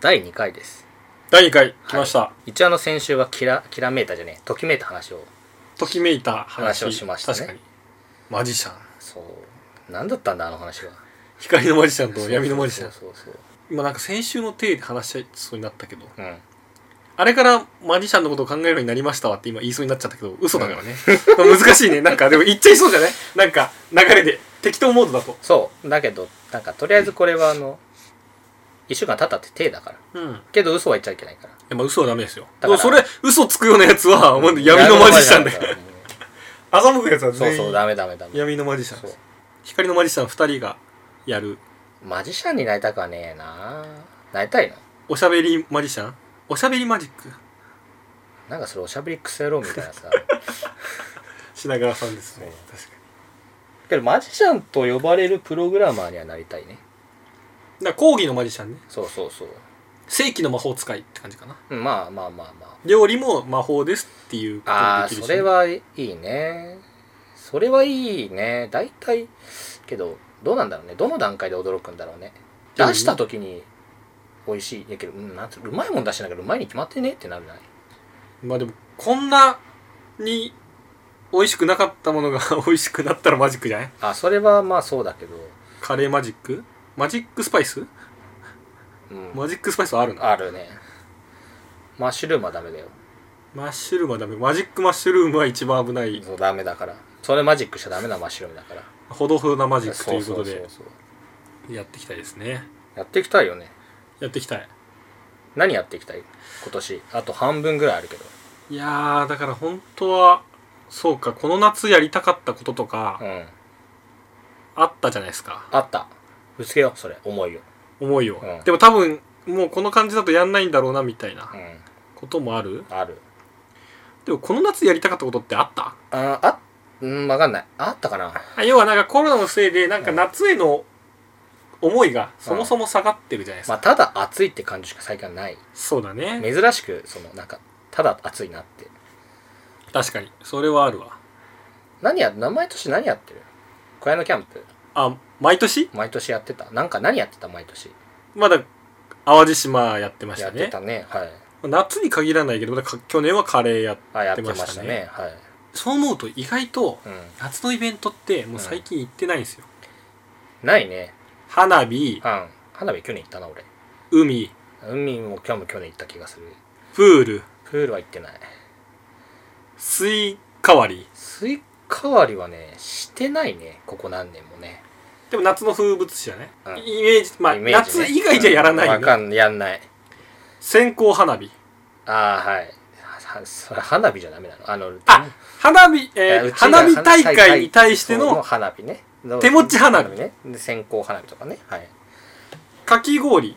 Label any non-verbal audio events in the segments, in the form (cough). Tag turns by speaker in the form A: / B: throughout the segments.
A: 第2回です
B: 第2回来ました、
A: 一応あの先週はきらきらめいたじゃねえときめいた話を
B: ときめいた話
A: 話をしましたね
B: 確かにマジシャン
A: そう何だったんだあの話は
B: 光のマジシャンと闇のマジシャン
A: そうそうそう
B: 今なんか先週の体で話しそうになったけど
A: そううん
B: あれからマジシャンのことを考えるようになりましたわって今言いそうになっちゃったけど嘘だからね、難しいねなんかでも言っちゃいそうじゃないなんか流れで適当モードだと
A: そうだけどなんかとりあえずこれはあの1週間経ったって手だから
B: うん
A: けど嘘は言っちゃいけないから
B: やっぱ嘘はダメですよ
A: だから
B: それ嘘つくようなやつは、もう闇のマジシャンだ
A: 闇
B: よ
A: のマジシャンだからも
B: 欺くやつは
A: うそう
B: 全員
A: そうダメダメダメ
B: 闇のマジシャン
A: そ
B: で
A: う
B: す光のマジシャン2人がやる
A: マジシャンになりたくはねえななりたいの
B: おしゃべりマジシャンおしゃべりマジック
A: なんかそれおしゃべりクソ野郎みたいな
B: (laughs)
A: さ
B: 品川さんですね確か
A: けどマジシャンと呼ばれるプログラマーにはなりたいね
B: にだから講義のマジシャンね
A: そうそうそう
B: 正規の魔法使いって感じかな
A: うんまあまあまあま
B: 料理も魔法ですっていうこと
A: ああ
B: が
A: あ
B: できる
A: そ
B: し
A: れはいいねそれはいいね大体けどどうなんだろうねどの段階で驚くんだろうね
B: うん
A: 出した時に美味しいやけど、うん、なんつううまいもん出してんだけどうまいに決まってねってなるじゃない
B: まあでもこんなに美味しくなかったものが (laughs) 美味しくなったらマジックじゃない
A: あそれはまあそうだけど、
B: カレーマジックマジックスパイス
A: うん、
B: マジックスパイスはあるな
A: あるねマッシュルームはダメだよ
B: マッシュルームはダメマジックマッシュルームは一番危ない
A: そうダメだからそれマジックしちゃダメなマッシュルームだから
B: ほどほどなマジックということ
A: そう
B: で
A: そうそうそう
B: やっていきたいですね
A: やっていきたいよね
B: やっていきたい
A: 何やっていきたい今年あと半分ぐらいあるけど
B: いやーだから本当はそうかこの夏やりたかったことと
A: う
B: か
A: ん
B: あったじゃないですか
A: あったぶつけようそれ思いを
B: 思いを、
A: うん
B: でも多分もうこの感じだとやんないんだろうなみたいな
A: うん
B: こともある
A: ある
B: でもこの夏やりたかったことってあった
A: ああうん分かんないあったかな
B: あ要はなんかコロナのせいでなんか
A: うん
B: 夏への思いがそもそも下がってるじゃないです
A: ま
B: か、
A: あただ暑いって感じしか最近はない
B: そうだね
A: 珍しくそのなんかただ暑いなって
B: 確かにそれはあるわ
A: 何や名前として何やってる小屋のキャンプ
B: あ毎年
A: 毎年やってたなんか何やってた毎年
B: まだ淡路島やってまし
A: や
B: た
A: って
B: ね
A: たねはい
B: 夏に限らないけどだから去年はカレーや
A: あやってま
B: やってま
A: し
B: したた
A: ね
B: ね
A: はい、
B: そう思うと意外と
A: うん、
B: 夏のイベントってもう最近行ってないんですよ、
A: ないね
B: 花火
A: うん花火去年行ったな俺
B: 海
A: 海も今日も去年行った気がする
B: プール
A: プールは行ってない
B: スイカ割り
A: スイカ割りはねしてないねここ何年もね
B: でも夏の風物詩じゃね、
A: うん
B: イメージまあ
A: イメージね
B: 夏以外じゃやらな
A: うん
B: いよ
A: わ
B: ね、
A: かんないやんない
B: 線香花火
A: ああはいははそれ花火じゃダメなのあの
B: あ花火、
A: い
B: え
A: や
B: ー
A: うちが
B: 花火大会に対しての
A: 花火ね
B: 手持ち花火
A: ねで線香花火とかねはい
B: かき氷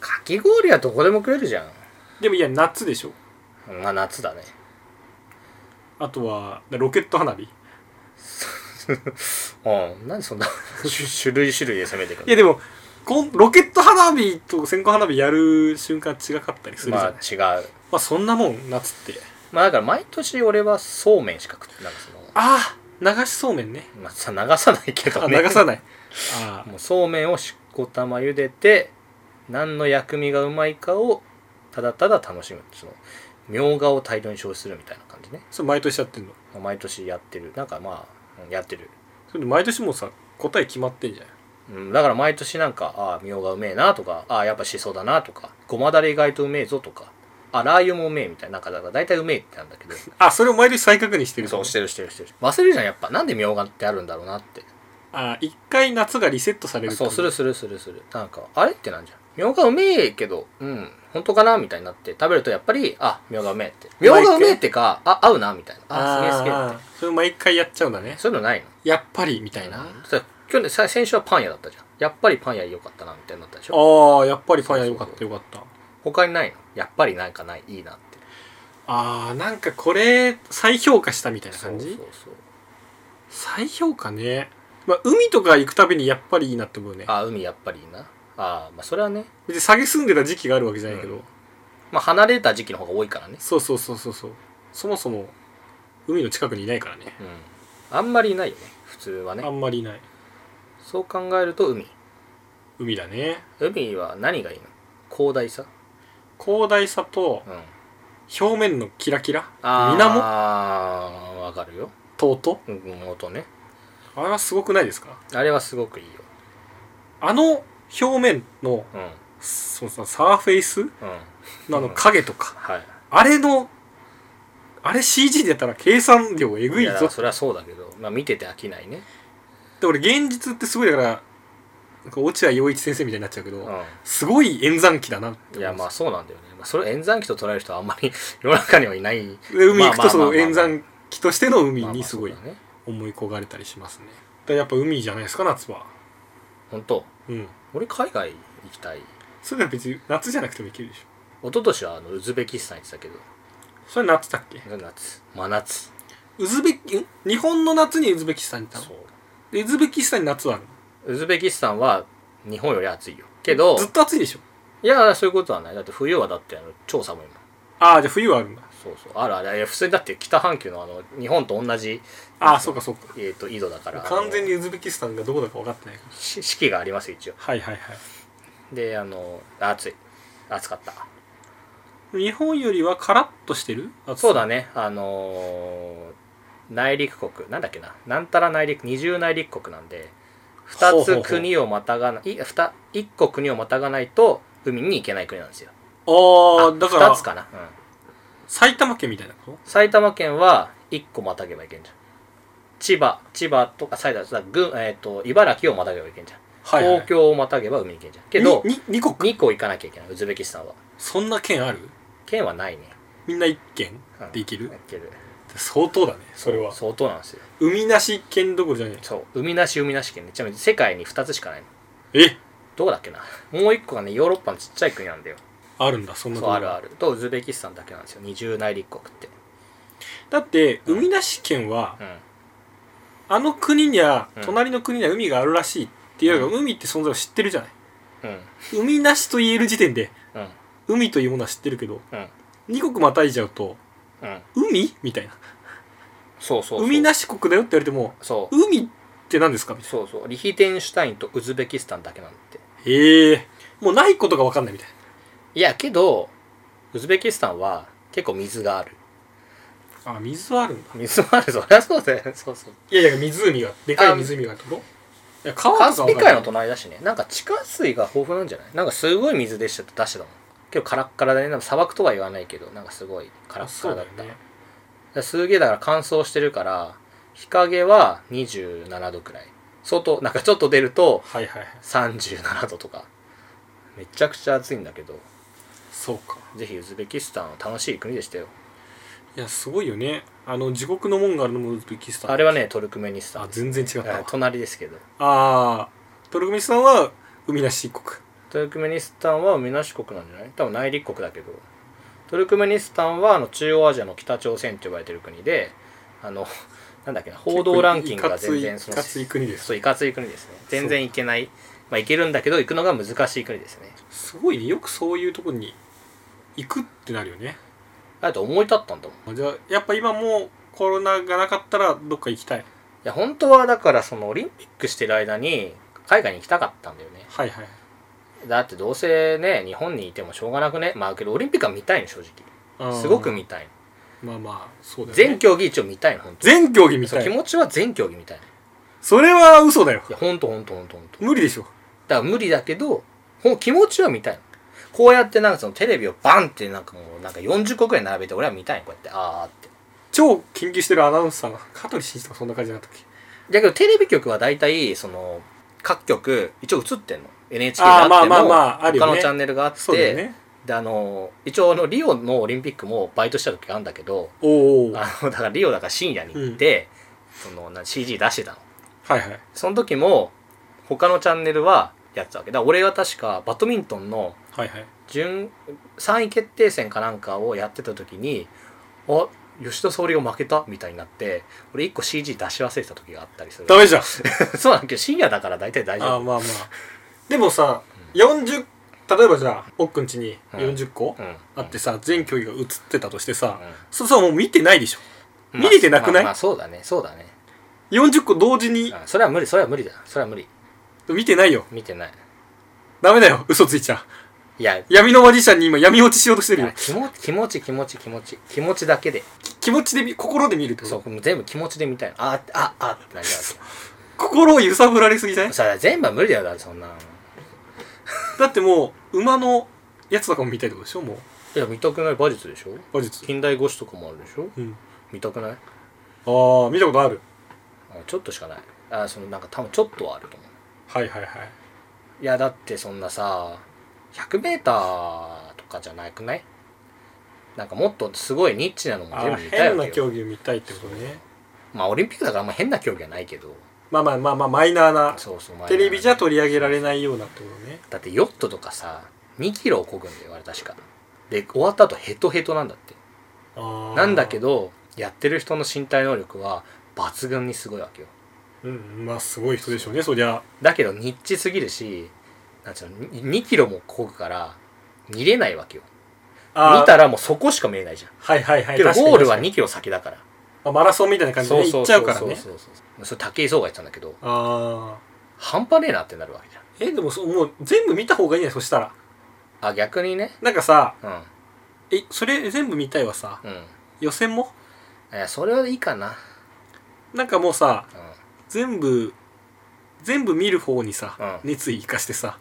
A: かき氷はどこでも食えるじゃん
B: でもいや夏でしょ
A: まあ夏だね (laughs)
B: あとはロケット花火い
A: うんなんでそんな (laughs) 種類種類で攻めてくる
B: やでもこんロケット花火と線香花火やる瞬間違かったりするじゃ
A: ま
B: ない、
A: あ
B: ま
A: 違う
B: あ、そんなもん夏って
A: まあだから毎年俺はそうめんしか食ってなんかその
B: ああ流しそうめんね
A: まあさ流さないけ
B: あ
A: どね
B: 流さないあー
A: もうそうめんをしこたま茹でて何の薬味がうまいかをただただ楽しむそのみょうがを大量に消費するみたいな感じね
B: それ毎年やってんの
A: 毎年やってるなんかまあうんやってる、
B: それで毎年もうさ答え決まってんじゃん
A: うん、だから毎年なんかああみょうがうめえなとかああやっぱしそだなとかごまだれ意外とうめえぞとかあラー油もうめえみたいななんかだから大体うめえってなんだけ (laughs) ど
B: あそれを毎年再確認してる
A: そうしてるしてるしてる忘れるじゃんやっぱなんでみょうがってあるんだろうなって
B: あ一回夏がリセットされる
A: そうす
B: る
A: るするするするなんかあれってなんじゃんみょうがうめえけどうん本当かなみたいになって食べるとやっぱりあみょうがうめえってみょうがうめえってかあ合うなみたいなあすげえすげえ
B: あーそれ毎回やっちゃうんだね
A: そういうのないの
B: やっぱりみたいな、
A: そしたら去年さ先週はパン屋だったじゃんやっぱりパン屋良かったなみたいになったでしょ
B: ああやっぱりパン屋
A: そ
B: よ
A: うそ
B: か
A: う
B: っ
A: そう
B: たよかった
A: 他にないのやっぱりなんかないいいなって
B: あーなんかこれ再評価したみたいな
A: そう
B: 感じ
A: そうそう
B: 再評価ね、まあ、海とか行くたびにやっぱりいいなって思うね
A: あ海やっぱりいいなあまあそれはね
B: 別に下げ住んでた時期があるわけじゃないけど、
A: うんまあ離れた時期の方が多いからね
B: そうそうそうそうそうそもそも海の近くにいないからね
A: うんあんまりいないよね普通は
B: あ
A: ね
B: んまりいない
A: そう考えると海
B: 海だね
A: 海は何がいいの広大さ、
B: 広大さと
A: うん、
B: 表面のキラキラ
A: あー
B: 水
A: わかるよ、
B: 面と
A: うんうん、音ね
B: あれはすごくないですか
A: あれはすごくいいよ
B: あの表面の
A: うん
B: そのさサーフェイス
A: うん
B: のあの
A: うん
B: 影とか、
A: はい
B: あれのあれ CG でやったら計算量えぐい
A: や
B: ぞ
A: それはそうだけど、まあ、見てて飽きないね、
B: で俺現実ってすごいだからなんか落合陽一先生みたいになっちゃうけど、
A: う
B: すごい演算機だなって思
A: ん、いやまあ
B: す
A: そうなんだよね、まあ、それを演算機と捉える人はあんまり (laughs) 世の中にはいない
B: で海行く
A: まあまあまあま
B: と
A: あ
B: その演算機としての海
A: まあま
B: に
A: あ
B: すごい
A: そうだね
B: 思い焦がれたりしますねだからやっぱ海じゃないですか夏は
A: 本当
B: うん
A: 俺海外行きたい
B: それは別に夏じゃなくてもいけるでし
A: 一
B: ょ
A: 昨年はあのウズベキスタン行ってたけど
B: それ夏だっけ
A: 夏真夏
B: ウズベキん日本の夏にウズベキスタンに行った
A: そ
B: のでウズベキスタンに夏はあるの
A: うウズベキスタンは日本より暑いよけど
B: ずっと暑いでしょ
A: いやそういうことはないだって冬はだってあの超寒いもん
B: ああじゃあ冬はあるんだ
A: そうそうあるあるいや普通にだって北半球のあの日本と同じ、
B: ああそうかそうか
A: えー、と緯度だから
B: 完全
A: に
B: にウズベキスタンがどこだか分かってないから
A: 四季があります一応
B: はいはいはい
A: であの暑い暑かった
B: 日本よりはカラッとしてる
A: そう
B: だ
A: だねあのー内陸国なんだっけななんたら内陸二重内陸国なんで
B: ほ
A: 2
B: うほうほ
A: つ
B: う
A: 国をまたがない1個国をまたがないと海に行けない国なんですよ
B: ああだか
A: 2
B: ら
A: つかな、うん
B: 埼玉県みたいなこと
A: 埼玉県は1個またげばいけんじゃん千葉千葉とか埼玉だ群、えー、と茨城をまたげばいけんじゃん、
B: はい、はい、
A: 東京をまたげば海に行けんじゃんけど
B: にに2国
A: 2個行かなきゃいけないウズベキスタンは
B: そんな県ある
A: 県はないね
B: みんな1県
A: うん
B: でいける、
A: いける
B: 相当だねそれは
A: 相当なんですよ
B: 海なし県どころじゃない
A: そう海なし海なし県ねちなみに世界に2つしかないの
B: え
A: どこだっけなもう1個がねヨーロッパのちっちゃい国なんだよ
B: あるんだそんな
A: そう
B: とこ
A: あるあるとウズベキスタンだけなんですよ二重内陸国って
B: だって
A: うん
B: 海なし県は
A: うん
B: あの国には
A: うん
B: 隣の国には海があるらしいっていうのが海って存在を知ってるじゃない
A: うん
B: 海なしと言える時点で
A: うん
B: 海というものは知ってるけど
A: うん
B: 2国またいじゃうと
A: うん
B: 海みたいな
A: そうそうそう
B: 海なし国だよって言われても
A: そう
B: 海って何ですかみたい
A: そうそうリヒテンシュタインとウズベキスタンだけなんだって
B: なへえもうないことが分かんないみたい
A: いやけどウズベキスタンは結構水がある
B: なあ水はあるんだ
A: 水はあるそりゃそうだよねそうそう
B: いやいや湖がでかい湖があるとこいや川
A: カ
B: とか
A: ス
B: は分
A: ピ
B: かんな
A: 海
B: い
A: の隣だしねなんか地下水が豊富なんじゃないなんかすごい水でした出してたもん結構カラッカラでねなんか砂漠とは言わないけどなんかすごいカラッ
B: あ
A: カ
B: そ
A: ラ
B: う
A: だ
B: だ
A: った
B: よね
A: すげえだから乾燥してるから日陰は27度くらい外なんかちょっと出ると
B: はいはいはい
A: 37度とかめちゃくちゃ暑いんだけど
B: そうか
A: ぜひウズベキスタンは楽しい国でしたよ
B: いやすごいよねあの地獄の門があるのもウズベキスタン
A: あれはねトルクメニスタン
B: あ全然違った
A: はい
B: わ
A: 隣ですけど
B: あートルクメニスタンは海なし一国
A: トルクメニスタンはみなし国なんじゃない多分内陸国だけどトルクメニスタンはあの中央アジアの北朝鮮と呼ばれてる国であのなんだっけな報道ランキングが全然
B: そ
A: そ
B: の
A: の
B: いかつい国です
A: そういかつい国ですね全然行けないまあ行けるんだけど行くのが難しい国ですね
B: すごいねよくそういうとこに行くってなるよね
A: あと思い立ったんだもんい
B: じゃあやっぱ今もうコロナがなかったらどっか行きたい
A: や本当はだからそのオリンピックしてる間に海外に行きたかったんだよね
B: はいはい
A: だってどうせね日本にいてもしょうがなくねまあけどオリンピックは見たいの正直
B: あー
A: すごく見たいの
B: まあまあそうだよね
A: 全競技一応見たいの本当に
B: 全競技み
A: そう
B: た
A: 気
B: い
A: 持ちは全競技みたいない
B: それは嘘だよ
A: やほんとほんとほんとほんと
B: 無理でしょ
A: だから無理だけどほん気持ちは見たいのこうやってなんかそのテレビをバンってなんかもうなんか40個ぐらい並べて俺は見たいのこうやってあーって
B: 超研究してるアナウンサーが香取慎一とかそんな感じだったっけ
A: だけどテレビ局は大体その各局一応映ってんの NHK があ
B: あー
A: っても
B: まあまあまああるよ
A: 他
B: ね
A: のチャンネルがあっ
B: そうだ
A: て、
B: よね
A: であの一応あのリオのオリンピックもバイトした時があるんだけど
B: おおはい
A: あのだからリオだから深夜に行って、そのな CG 出してたの
B: はい
A: その時も他のチャンネルはやってたわけだから俺は確かバドミントンの
B: はいはい
A: 準3位決定戦かなんかをやってた時にあ吉田沙保里が負けたみたいになって俺1個 CG 出し忘れてた時があったりする
B: ダメじゃん
A: (laughs) そうなんだけど深夜だから大体大
B: あ
A: 丈
B: ーまあまあでもさ40例えばじゃあ奥くんちに40個
A: 夫、うん、
B: あってさ全競技が映ってたとしてさ
A: うん
B: それさもう見てないでしょ
A: うん
B: 見れてなくない
A: まあまあそうだねそうだね、
B: 40個同時に
A: うんそれは無理それは無理だそれは無理
B: 見てないよ
A: 見てない
B: ダメだよ嘘ついちゃ
A: いやい
B: 闇のマジシャンに今闇落ちしようとしてるよ
A: や気持ち気持ち気持ち気持ち気持ちだけで
B: き気持ちで見心で見るってこ
A: そ
B: と
A: うもう全部気持ちで見たいのあああってなります
B: (laughs) 心を揺さぶられすぎじゃない
A: さあ全部は無理だよだってそんなの
B: だってもう馬のやつとかも見たいってことでしょも
A: い
B: う
A: や見たくない馬術でしょ
B: 馬術
A: 近代五種とかもあるでしょ
B: うん
A: 見たくない
B: ああ見たことある
A: あちょっとしかないあそのなんか多分ちょっとはあると思
B: はいはいはい、
A: ういやだってそんなさ 100m とかじゃなくないなんかもっとすごいニッチなのも
B: あ
A: 全
B: ー
A: 部見たい
B: 変
A: わ
B: な
A: けよ
B: 競技を見たいってことね
A: まあオリンピックだからあんま変な競技はないけど
B: まあまあまあまあマイナーな
A: そうそうまあ
B: テレビじゃ取り上げられないようなってことね
A: だってヨットとかさ2キロ漕ぐんだよあれ確かで終わった後ヘトヘトなんだって
B: あー
A: なんだけどやってる人の身体能力は抜群にすごいわけよ
B: うんまあすごい人でしょうねそりゃ
A: だけどニッチすぎるしなんつうの2キロも漕ぐから見れないわけよ
B: あー
A: 見たらもうそこしか見えないじゃん
B: はいはいはい
A: けど
B: 確かに
A: ゴールは
B: 確かに
A: 2キロ先だから
B: まあマラソンみたいな感じでね行っちゃうからね
A: そうそうそうそれ武井壮が言ってたんだけど
B: ああ
A: 半端ねえなってなるわけじゃん
B: えでもそうもう全部見た方がいいんじゃないそしたら
A: あ逆にね
B: なんかさ
A: うん
B: えそれ全部見たいはさ
A: うん
B: 予選も
A: いやそれはいいかな
B: なんかもうさ
A: うん
B: 全部全部見る方にさ、
A: う
B: 熱意生かしてさ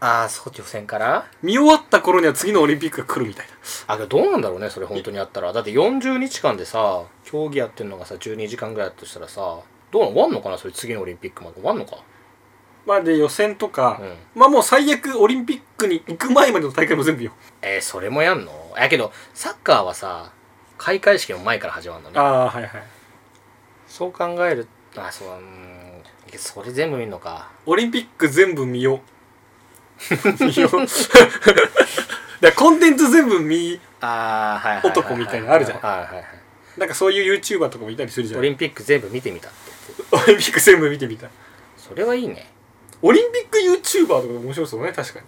A: ああそう予選から
B: 見終わった頃には次のオリンピックが来るみたいな
A: あけどどうなんだろうねそれ本当にやったらだって40日間でさ競技やってるのがさ12時間ぐらいだとしたらさどうなの終わんのかなそれ次のオリンピックまで終わんのか
B: まあで予選とか
A: う、ん
B: まあもう最悪オリンピックに行く前までの大会も全部よ
A: えー、それもやんのやけどサッカーはさ開会式の前から始まるのね
B: ああはいはい
A: そう考えるあそううーんそれ全部見んのか
B: オリンピック全部
A: (laughs)
B: 見よう見よう (laughs) だからコンテンツ全部見
A: ああはいはいは
B: 男みたいなのあるじゃん
A: はいはいはい
B: なんかそういう YouTuber とかもいたりするじゃん
A: オ
B: オリ
A: リンピック全部見てみたって
B: ンピック全部見てみたい
A: それはいいね
B: オリンピック YouTuber とかも面白そうね確かに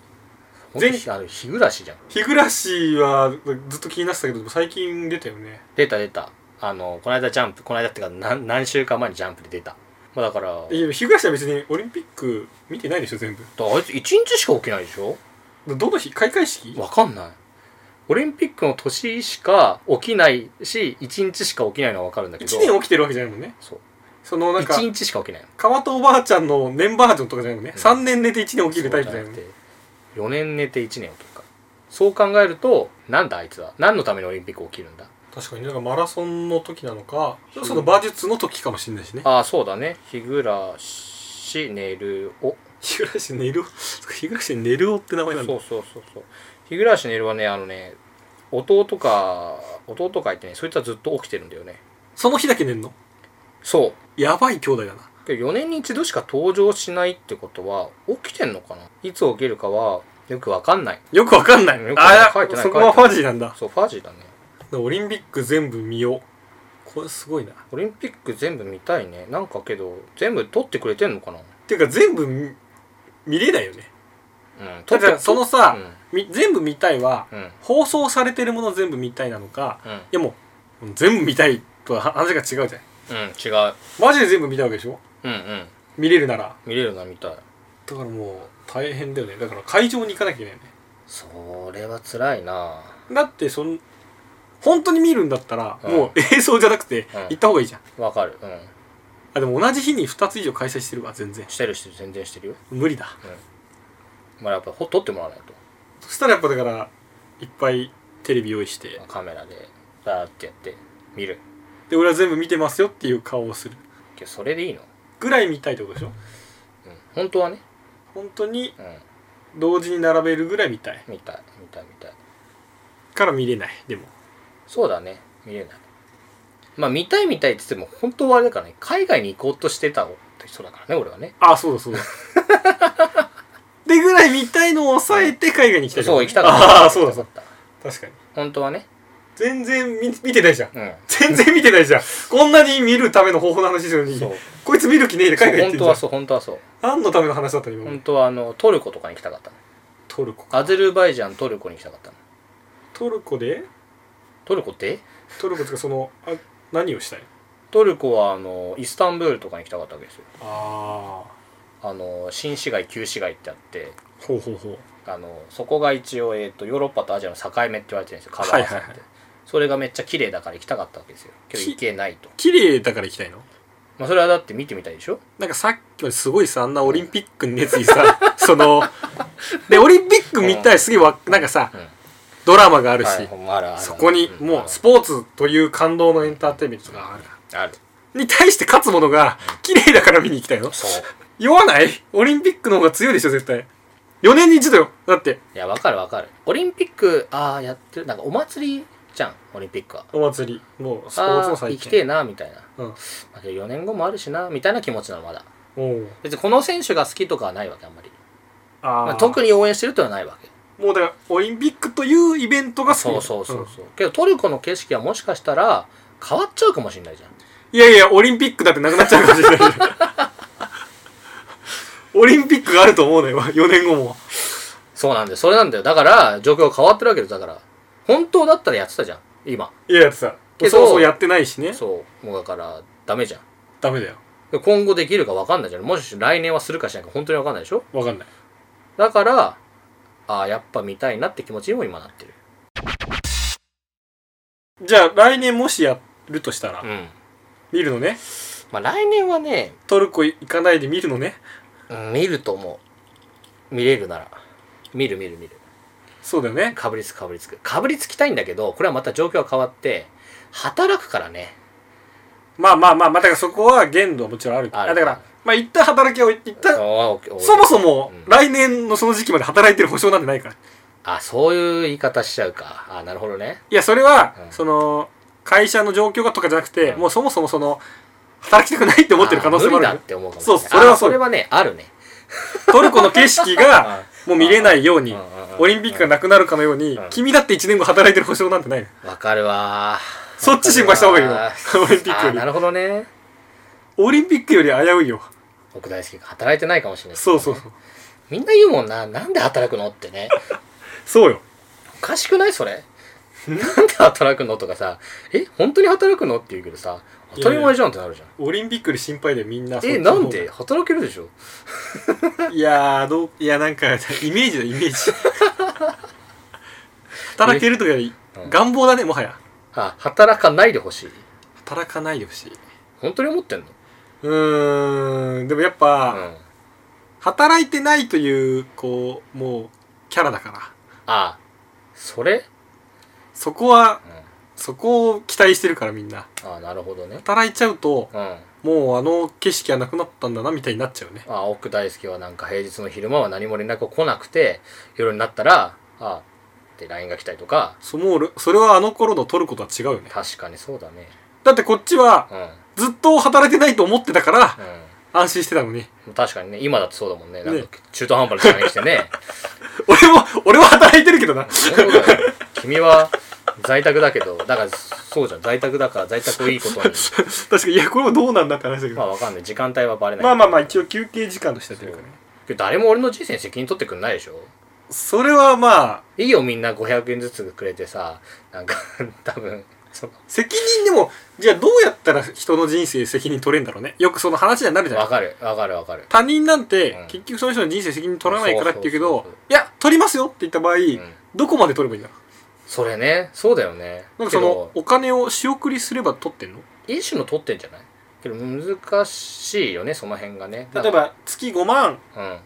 A: 全
B: 全
A: あの日暮らしじゃん
B: 日暮はずっと気になってたけど最近出たよね
A: 出た出たあのこの間ジャンプこの間っていうか何何週間前にジャンプで出たまあだから
B: いや日暮は別にオリンピック見てないでしょ全部
A: だからあいつ1日しか起きないでしょ
B: どの日開会式
A: わかんないオリンピックの年しか起きないし1日しか起きないのはわかるんだけど
B: 1年起きてるわけじゃないもんね
A: そう
B: そのなんか
A: 1日しか起きないの
B: 川戸おばあちゃんの年バージョンとかじゃないもんね、
A: うん
B: 3年寝て1年起きるタイプじゃないもんね
A: 4年寝て1年起きるかそう考えるとなんだあいつは何のためにオリンピック起きるんだ
B: 確かになんかマラソンの時なのかその馬術の時かもしれないしね
A: ああそうだね日暮らし寝るお
B: 日暮寝る日暮寝るおって名前なんだ
A: そうそうそうそう日暮らし寝るはねあのね弟か弟かいてねそいつはずっと起きてるんだよね
B: その日だけ寝るの
A: そう
B: やばい兄弟だな
A: 4年に一度しか登場しないってことは起きてんのかないつ起きるかはよくわかんない
B: よくわかんない
A: よくわかんない
B: あ
A: 書いてない
B: そこはファジーなんだだか
A: そうファジーだね
B: らオリンピック全部見ようこれすごいなっ
A: オリンピック全部見たいねなんかけど全部撮ってくれてんのかな
B: ていうか全部見見れないよね
A: うん
B: だからそのさ、
A: う
B: み全部見たいは
A: んうん
B: 放送されてるもの全部見たいなのか
A: うん、
B: いやもう全部見たいとは話が違うじゃない
A: うん、違う
B: マジで全部見たいわけでしょ
A: うんうん
B: 見れるなら
A: 見れるな見たい
B: だからもう大変だよねだから会場に行かなきゃいけないよね
A: それは辛いな
B: だってその本当に見るんだったら、
A: うん
B: もう映像じゃなくて
A: うん
B: 行った方がいいじゃん、
A: わかるうん
B: あでも同じ日に2つ以上開催してるわ全然
A: してるしてる全然してるよ
B: 無理だ
A: まあやっぱほ撮ってもらわないと
B: そしたらやっぱだからいっぱいテレビ用意して
A: カメラでダーってやって見る
B: で俺は全部見てますよっていう顔をする
A: けどそれでいいの
B: ぐらい見たいってことでしょ
A: うん本当はね
B: 本当に
A: うん
B: 同時に並べるぐらい見たい
A: 見たい見たい見たい
B: から見れないでも
A: そうだね見れないまあ見たい見たいって言っても本当はあれだからね海外に行こうとしてた人だからね俺はね
B: あそうだ (laughs) そうだでぐらい見たいのを抑えて海外に行きたい
A: そう行きたかった
B: ああーそうだそう
A: 行きたかっ
B: だ確かに
A: た本当はね
B: 全然見見てないじゃん
A: うん
B: 全然見てないじゃん (laughs) こんなに見るための方法の話してるのに
A: そう
B: こいつ見る気ねえで
A: そう
B: 海外行って
A: 本当
B: んじゃ
A: は
B: ん
A: そう本当はそう
B: 何のための話だったの今
A: 本当はあのトルコとかに行きたかったの
B: トルコ
A: アゼルバイジャントルコに行きたかったの
B: トルコで
A: トルコって
B: トルコってかそのあ何をしたい
A: トルコはあのイスタンブールとかに行きたかったわけですよ
B: ああ
A: あの新市街旧市街ってあって
B: ほうほうほう
A: あのそこが一応、えー、とヨーロッパとアジアの境目って言われてるんですよカバーさんって、
B: はいはいはい
A: それがめっちゃ綺麗だから行きたかったわけですよけど
B: き
A: 行けないと、
B: 綺麗だから行きたいの
A: まあ、それはだって見てみたいでしょ
B: なんかさっきまですごいさあんなオリンピックに熱意さ (laughs) そのでオリンピック見たいすげえわなんかさ、
A: うん
B: ドラマがあるし、
A: はいほんまあるある
B: そこに
A: ん
B: も
A: あ
B: う
A: る
B: スポーツという感動のエンターテインメントがある
A: ある
B: に対して勝つものが綺麗だから見に行きたいの
A: そう
B: 酔わないオリンピックの方が強いでしょ絶対4年に一度よだって
A: いやわかるわかるオリンピックああやってるなんかお祭りじゃんオリンピックは
B: お祭りもうスポーツ
A: あ
B: の
A: あ生
B: 祭
A: き
B: 典
A: てえなみたいな、
B: うん
A: まあ、けど4年後もあるしなみたいな気持ちなのまだ
B: おう
A: 別にこの選手が好きとかはないわけあんまり
B: あー、
A: まあ、特に応援してるとはないわけ
B: もうだからオリンピックというイベントが好き
A: そうそうそうそう、けどトルコの景色はもしかしたら変わっちゃうかもしれないじゃん
B: いやいや、オリンピックだってなくなっちゃうかもしれない。オリンピックがあると思うのよ、4年後も。
A: そうなんだよそれなんだよだから状況が変わってるわけですだから本当だったらやってたじゃん今
B: いや、やってた。
A: けど
B: そうそうやってないしね。
A: そうもうだからダメじゃん
B: ダメだよ。
A: で今後できるか分かんないじゃんもし来年はするかしないか本当に分かんないでしょ
B: わかんない。
A: だからああやっぱ見たいなって気持ちにも今なってる
B: じゃあ、来年もしやるとしたら、
A: うん
B: 見るのね。
A: まあ来年はね、
B: トルコ行かないで見るのね。
A: うん見ると思う見れるなら見る見る見る
B: そうだよね。
A: かぶりつくかぶりつくかぶりつきたいんだけどこれはまた状況が変わって働くからね
B: まあまあまあ、まあ、だからそこは限度はもちろんある。
A: あ
B: あ
A: る
B: だから、まあ一旦働きを、一
A: あ
B: 旦、
A: ーオッケー
B: そもそも
A: うん
B: 来年のその時期まで働いてる保証なんてないから。
A: あそういう言い方しちゃうかあなるほどね
B: いや、それは、
A: うん
B: その、会社の状況がとかじゃなくて、
A: うん
B: もうそもそもその、働きたくないって思ってる可能性もある
A: あー無理だ
B: よね
A: っ。て思うかもし
B: そ
A: れない
B: うそれはそう
A: あそれはねあるね
B: トルコの景色がもう見れないように
A: うんうんうん
B: オリンピックがなくなるかのように
A: うん
B: 君だって1年後働いてる保証なんてないの
A: わかるわー
B: (laughs) そっち心配した方がいいよ
A: わかるわー
B: オリンピック
A: あ
B: より
A: ーなるほどね
B: オリンピックより危ういよ
A: 僕大好き働いてないかもしれないですね、
B: そうそうそう
A: みんな言うもんななんで働くのってね
B: そうよ
A: おかしくないそれなんで働くのとかさえ本当に働くのって言うけどさ
B: いやいや
A: 当たり前じゃんってなるじゃん
B: オリンピックより心配でみんなそっち
A: え
B: の
A: な
B: 方
A: んで働けるでしょ
B: いやーどういやなんかイメージだイ (laughs) メージ働けるとかより
A: うん
B: 願望だねもはや
A: あ働かないでほしい
B: 働かないでほしい
A: 本当に思ってんの
B: うーんでもやっぱ、
A: うん
B: 働いてないというこうもうキャラだから
A: あそれ、
B: そこ
A: う、
B: はそこを期待してるからみんなん
A: あなるほどね
B: 働いちゃうと
A: うんあ
B: もうあの景色はなくなったんだなみたいになっちゃうね
A: 奥大輔はなんか平日の昼間は何も連絡が来なくて夜になったらあって LINE が来たりとか
B: そもうるそれはあの頃のトルコとは違うよね
A: 確かにそうだね
B: だってこっちは
A: うん
B: ずっと働いてないと思ってたから安心してたのに
A: うん確かにね今だってそうだもんねなん
B: ね
A: か中途半端な LINE してね
B: 俺も俺は働いてるけどな (laughs)
A: そうだよ君は在宅だけどだからそうじゃん在宅だから在宅をいいこと
B: (laughs)
A: に
B: 確かにいやこれもどうなんだって話だけ
A: まあ
B: ど
A: わかんない時間帯はバレない
B: まあまあまあ一
A: 応
B: 応休憩時間としてやってるからね
A: 誰も俺の人生に責任取ってくんないでしょ
B: それはまあ
A: いいよみんな500円ずつくれてさなんか (laughs) 多分その
B: 責任でもじゃあどうやったら人の人生責任取れんだろうねよくその話にはなるじゃない
A: わかるわかるわかる
B: 他人なんて
A: うん
B: 結局その人の人生責任取らないからって言う
A: そ
B: け
A: う
B: ど
A: そうそうそう
B: いや取りますよって言った場合
A: ん
B: どこまで取ればいいんだろう
A: それねそうだよね
B: なんかそのお金を仕送りすれば取ってんの
A: けど一種の取ってんじゃないけど難しいよねその辺がね
B: 例えば月5万
A: うんうん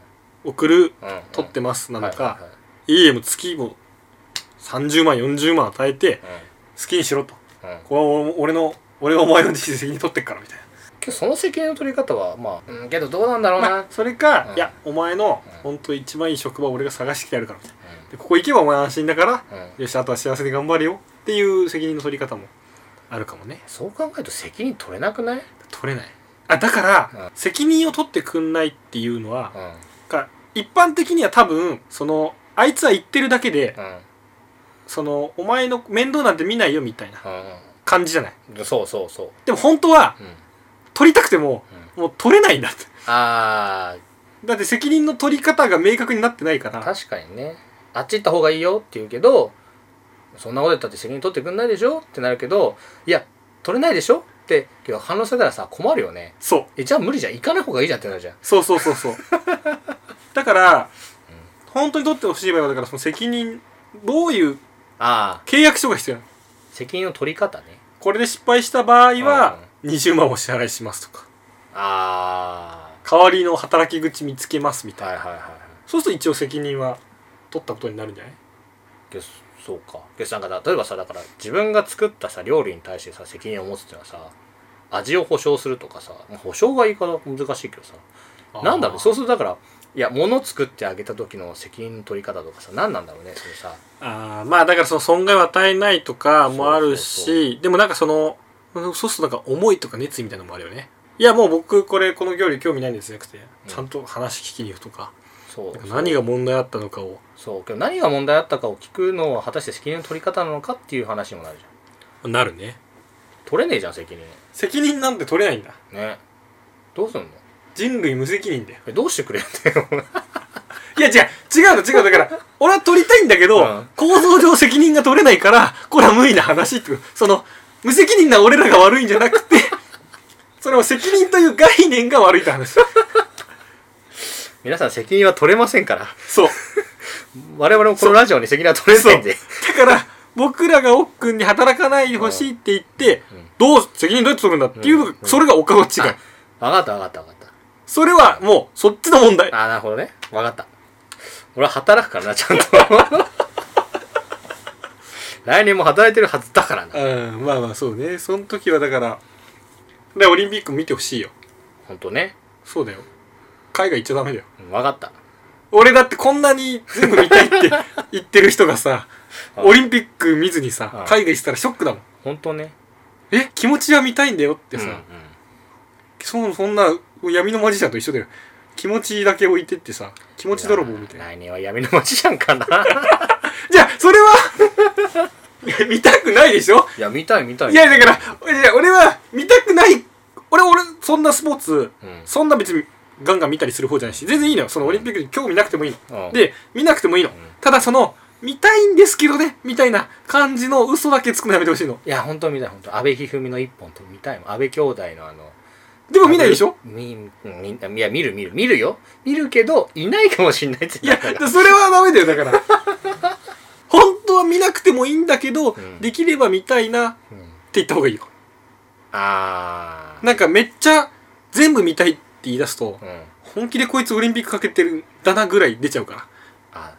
B: 送る
A: うん
B: 取ってますなの
A: はい
B: か
A: はい
B: いえもう月も30万40万与えて
A: いはい
B: 好きにしろと
A: うんうん
B: これは俺の俺がお前の人生責任取ってっからみたい
A: けどその責任の取り方はまあうんけどどうなんだろ
B: な、
A: うな、
B: (laughs) まあ、それか、
A: うん
B: いやお前の
A: うん
B: 本当一番いい職場を俺が探してきてやるからみたいなでここ行けばお前安心だから
A: うんうん
B: よしあとは幸せで頑張れよっていう責任の取り方もあるかもね
A: そう考えると責任取れなくない、
B: 取れないあだから、
A: うん
B: 責任を取ってくんないっていうのは
A: う、んうん、
B: か一般的には多分そのあいつは言ってるだけでそのお前の面倒なんて見ないよみたいな
A: う
B: 感じじゃない
A: ん、そうそうそ
B: でも本当は
A: う、うん、
B: 取りたくても、もう取れないんだって
A: あ
B: だって責任の取り方が明確になってないか
A: あ
B: ら
A: 確かにねあっち行った方がいいよって言うけどそんなこと言ったって責任取ってくんないでしょってなるけどいや取れないでしょってけど反応されたらさ困るよね
B: そう (laughs)
A: えじゃあ無理じゃん行かない方がいいじゃんってなるじゃん
B: そうそうそうそうだから、本当に取ってほしい場合はだからその責任どういう
A: ああ
B: 契約書が必要なの
A: 責任の取り方ね
B: これで失敗した場合は20万お支払いしますとか
A: あ
B: 代わりの働き口見つけますみ
A: あ
B: たい
A: は
B: ない
A: はいはいはい
B: そうすると一応責任は取ったことになるんじゃない
A: けどそうかけどなんかだ例えばさだから自分が作ったさ料理に対してさ責任を持つっていうのはさ味を保証するとかさまあ保証が言い方難しいけどさなんだろうそううするとだからいや物作ってあげた時の責任の取り方とかさ何なんだろうねそれさ
B: あーまあだからその損害を与えないとかもあるし
A: そうそ
B: でもなんかそのうんそうするとなんか思いとか熱意みたいなのもあるよねいやもう僕これこの料理興味ないんですじゃなくてちゃんと話聞きに行くとか,、
A: そう
B: 何が問題あったのかを
A: そうけど何が問題あったかを聞くのは果たして責任の取り方なのかっていう話にもなるじゃん
B: なるね
A: 取れねえじゃん責任
B: 責任なんて取れないんだ
A: ねどうすんの
B: 人類無責任だよ
A: えどうしてくれんだよ
B: いや違う違うの違うだから俺は取りたいんだけど、
A: うん
B: 構造上責任が取れないからこれは無理な話ってことその無責任な俺らが悪いんじゃなくてそれは責任という概念が悪いって話
A: (laughs) 皆さん責任は取れませんから
B: そう
A: 我々もこのラジオに責任は取れないんで
B: だから僕らが奥君に働かないでほしいって言って、
A: うん
B: どう責任どうやって取るんだっていうのが、
A: うんうん
B: それがお顔違い
A: 分かった分かった分かっ
B: それはもうそっちの問題
A: たあーなるほどね分かった俺は働くからなちゃんと (laughs) 来年も働いてるはずだからな
B: うんまあまあそうねその時はだからでオリンピック見てほしいよ
A: 本当ね
B: そうだよ海外行っちゃダメだよ
A: うん分かった
B: 俺だってこんなに全部見た
A: (laughs)
B: いって言ってる人がさ
A: あ
B: オリンピック見ずにさ
A: あ
B: 海外行ってたらショックだもん
A: 本当ね
B: え気持ちは見たいんだよって
A: うん
B: さ、
A: うん
B: そそんな闇のマジシャンと一緒だよ気持ちだけ置いてってさ気持ち泥棒みたいな
A: 来年は闇のマジシャンかな
B: じゃあそれは
A: (laughs)
B: 見たく (laughs) ないでしょ
A: いや見たい見たい
B: いやだからいや俺は見たくない俺俺そんなスポーツ
A: うん
B: そんな別にガンガン見たりする方じゃないし全然いいのよそのオリンピックに興味なくてもいいの
A: うん
B: で見なくてもいいの、ただその見たいんですけどねみたいな感じの嘘だけつくのやめてほしいの
A: いや本当見たい本当安倍一二三の一本と見たいもん安倍兄弟のあの
B: でも見ないでしょ
A: みうんみいや見る見る見るよ見るけどいないかもしんないって
B: いや
A: だから
B: それはダメだよだ
A: (laughs)
B: から本当は見なくてもいいんだけど、
A: ん
B: できれば見たいなっ
A: う
B: て
A: ん
B: 言った方がいいよ
A: ああ
B: なんかめっちゃ全部見たいって言い出すと、
A: うん
B: 本気でこいつオリンピックかけてるんだなぐらい出ちゃうから
A: あ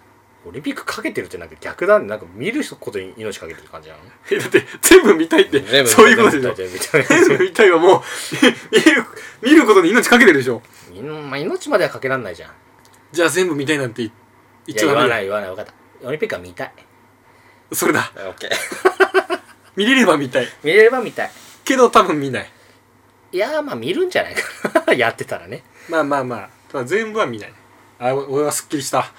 A: オリンピックかけてるってなんか逆だねなんか見ることに命かけてる感じなの
B: えだって全部見たいって (laughs) そういうことじゃない
A: 全部見たい全部見たい
B: 全部見たいはもう見る見ることに命かけてるでしょ
A: (laughs) みんまあ命まではかけらんないじゃん
B: じゃあ全部見たいなんて言
A: い
B: 言っ
A: や
B: ちゃ
A: 言
B: ダ
A: わ
B: メ
A: な
B: だ
A: い言わない分かったオリンピックは見たい
B: それだ
A: オッケー
B: 見れれば見たい
A: 見れれば見たい
B: けど多分見ない
A: いやーまあ見るんじゃないかな (laughs) やってたらね
B: まあまあまあただ全部は見ないあお俺はすっきりした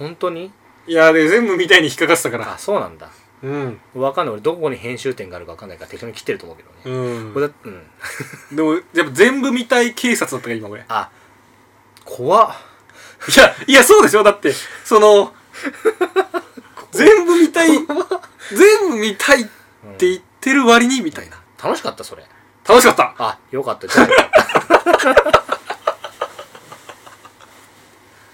A: 本当に
B: いやーで全部見たいに引っかかってたから
A: あそうなんだ
B: うん
A: わかんない俺どこに編集点があるかわかんないから適当に切ってると思うけどね、
B: うん
A: これだうん
B: でもやっぱ全部見たい警察だったから今俺い
A: あ怖っ
B: やいやそうでしょだってその全部見たい全部見たいって言ってる割にみたいな
A: 楽しかったそれ
B: 楽しかった
A: あよかったじゃあ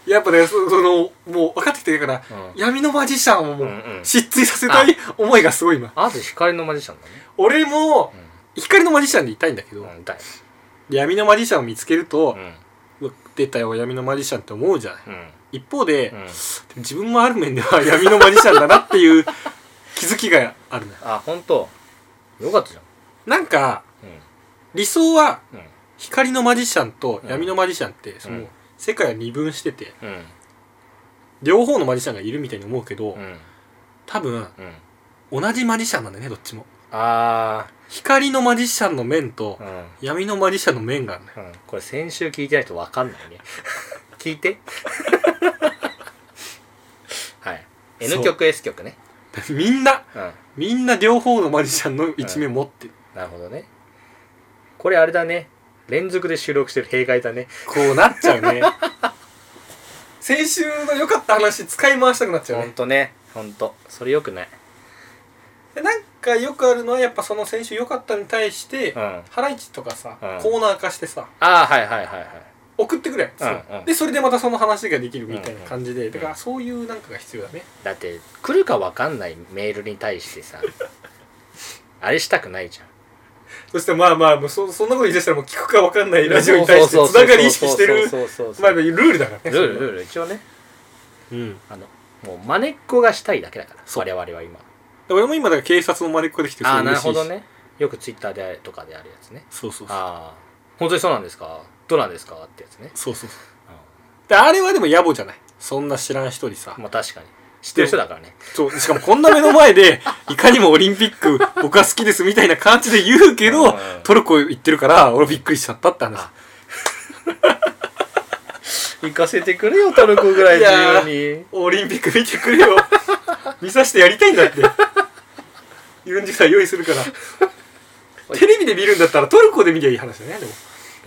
B: やっぱねそそのもう分かってきてるから、 (laughs)
A: うん
B: 闇のマジシャンをも
A: うん
B: う
A: うん
B: 失墜させたい思いがすごい今
A: あと光のマジシャンだね
B: 俺も光のマジシャンでいたいんだけど、
A: うんだよ
B: 闇のマジシャンを見つけると
A: う、ん
B: うわ出たよ闇のマジシャンって思うじゃない
A: うん
B: 一方で、
A: うん
B: 自分もある面では闇のマジシャンだなっていう気づきがあるね
A: あ本当よかったじゃん
B: なんか
A: う
B: 理想は
A: ん
B: 光のマジシャンと
A: うん
B: 闇のマジシャンってその、
A: うん
B: 世界は二分してて
A: うん
B: 両方のマジシャンがいるみたいに思うけど、
A: うんうん
B: 多分
A: うん
B: 同じマジシャンなんだよねどっちも
A: あ
B: 光のマジシャンの面と
A: ーうん
B: 闇のマジシャンの面があるね
A: うんこれ先週聞いてないと分かんないね (laughs) 聞いて (laughs) はい
B: そう
A: N 曲 S 曲ね
B: (laughs) みんな
A: うん
B: みんな両方のマジシャンの一面持ってる、
A: なるほどねこれあれだね連続で収録してる弊害だね
B: こうなっちゃうね (laughs) 先週の良かった話使い回したくなっちゃう
A: ほ
B: ね
A: んとねほんとそれよくない
B: でなんかよくあるのはやっぱその先週良かったに対して、
A: うんあ
B: ハライチとかさ、
A: うん
B: コーナー化してさ
A: あーはいはいはいはい
B: 送ってくれ、そう
A: うんうん
B: でそれでまたその話ができるみたいな感じで、だからそういうなんかが必要だね
A: だって来るか分かんないメールに対して
B: (laughs)
A: さあれしたくないじゃん
B: そしてまあまあもうそそんなこと言い出したらもう聞くか分かんないラジオに対して
A: そう
B: つ
A: そうそうそう
B: ながり意識してる
A: そうそうそうそう
B: まあルールだから
A: ル
B: ね
A: ールルール一応ね
B: うん
A: あのもう真似っこがしたいだけだから我々は今
B: 俺も今だから警察のまねっこできて
A: ああー
B: すご
A: なる
B: い嬉しい
A: ほど
B: し
A: ねよくツイッターでとかであるやつね
B: そうそうそう
A: ああ本当にそうなんですかどうなんですかってやつね、
B: そうそうそうであれはでも野暮じゃないそんな知らん人にさ
A: うん、まあ確かに知ってる人だからね
B: そうしかもこんな目の
A: (laughs)
B: 前でいかにもオリンピック僕は好きですみたいな感じで言うけ
A: うんう
B: ど
A: ん
B: トルコ行ってるから俺びっくりしちゃったって話
A: 行かせてくれよトルコぐらい
B: いや
A: 自由に
B: オリンピック見てく (laughs) れよ見させてやりたいんだって4時間用意するからテレビで見るんだったらトルコで見りゃいい話だねでも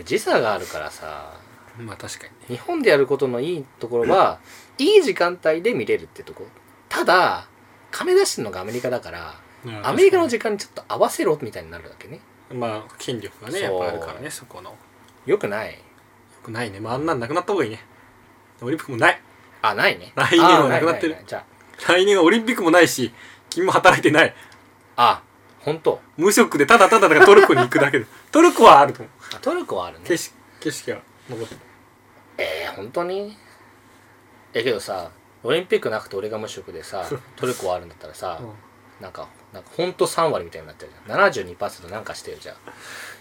A: 時差があるからさ
B: まあ確かにね
A: 日本でやることのいいところは、いい時間帯で見れるってとこただ金出してるのがアメリカだからアメリカの時間にちょっと合わせろみたいになるわけね
B: まあ筋力がねやっぱあるからねそこのよ
A: よくない
B: くないね、まあ、あんなんなくなった方がいいねオリンピックもない
A: あないね
B: 来年は
A: あー
B: なくなってる
A: いいいじゃ
B: 来年はオリンピックもないし君も働いてない
A: ああ本当
B: 無職でただただだからトルコに行くだけ (laughs) でトルコはあると思う
A: あトルコはあるね
B: 景色景色は残ってる
A: えー、本当にえけどさオリンピックなくて俺が無職でさトルコはあるんだったらさ、なんかなんかほんと3割みたいになってるじゃん72%なんかしてるじゃん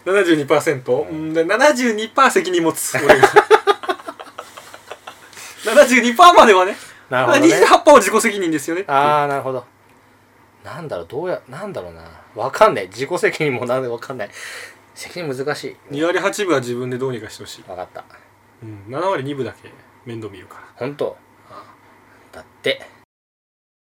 B: 72%、うん、で72%責任持つ (laughs) 俺が72%まではね
A: な
B: 28%は自己責任ですよね
A: ああなるほどなんだろうどうやなんだろうなわかんない自己責任もなんでわかんない責任難しい
B: 2割8分は自分でどうにかしてほしい、
A: わかった
B: うん、7割2分だけ面倒見るから
A: 本当だって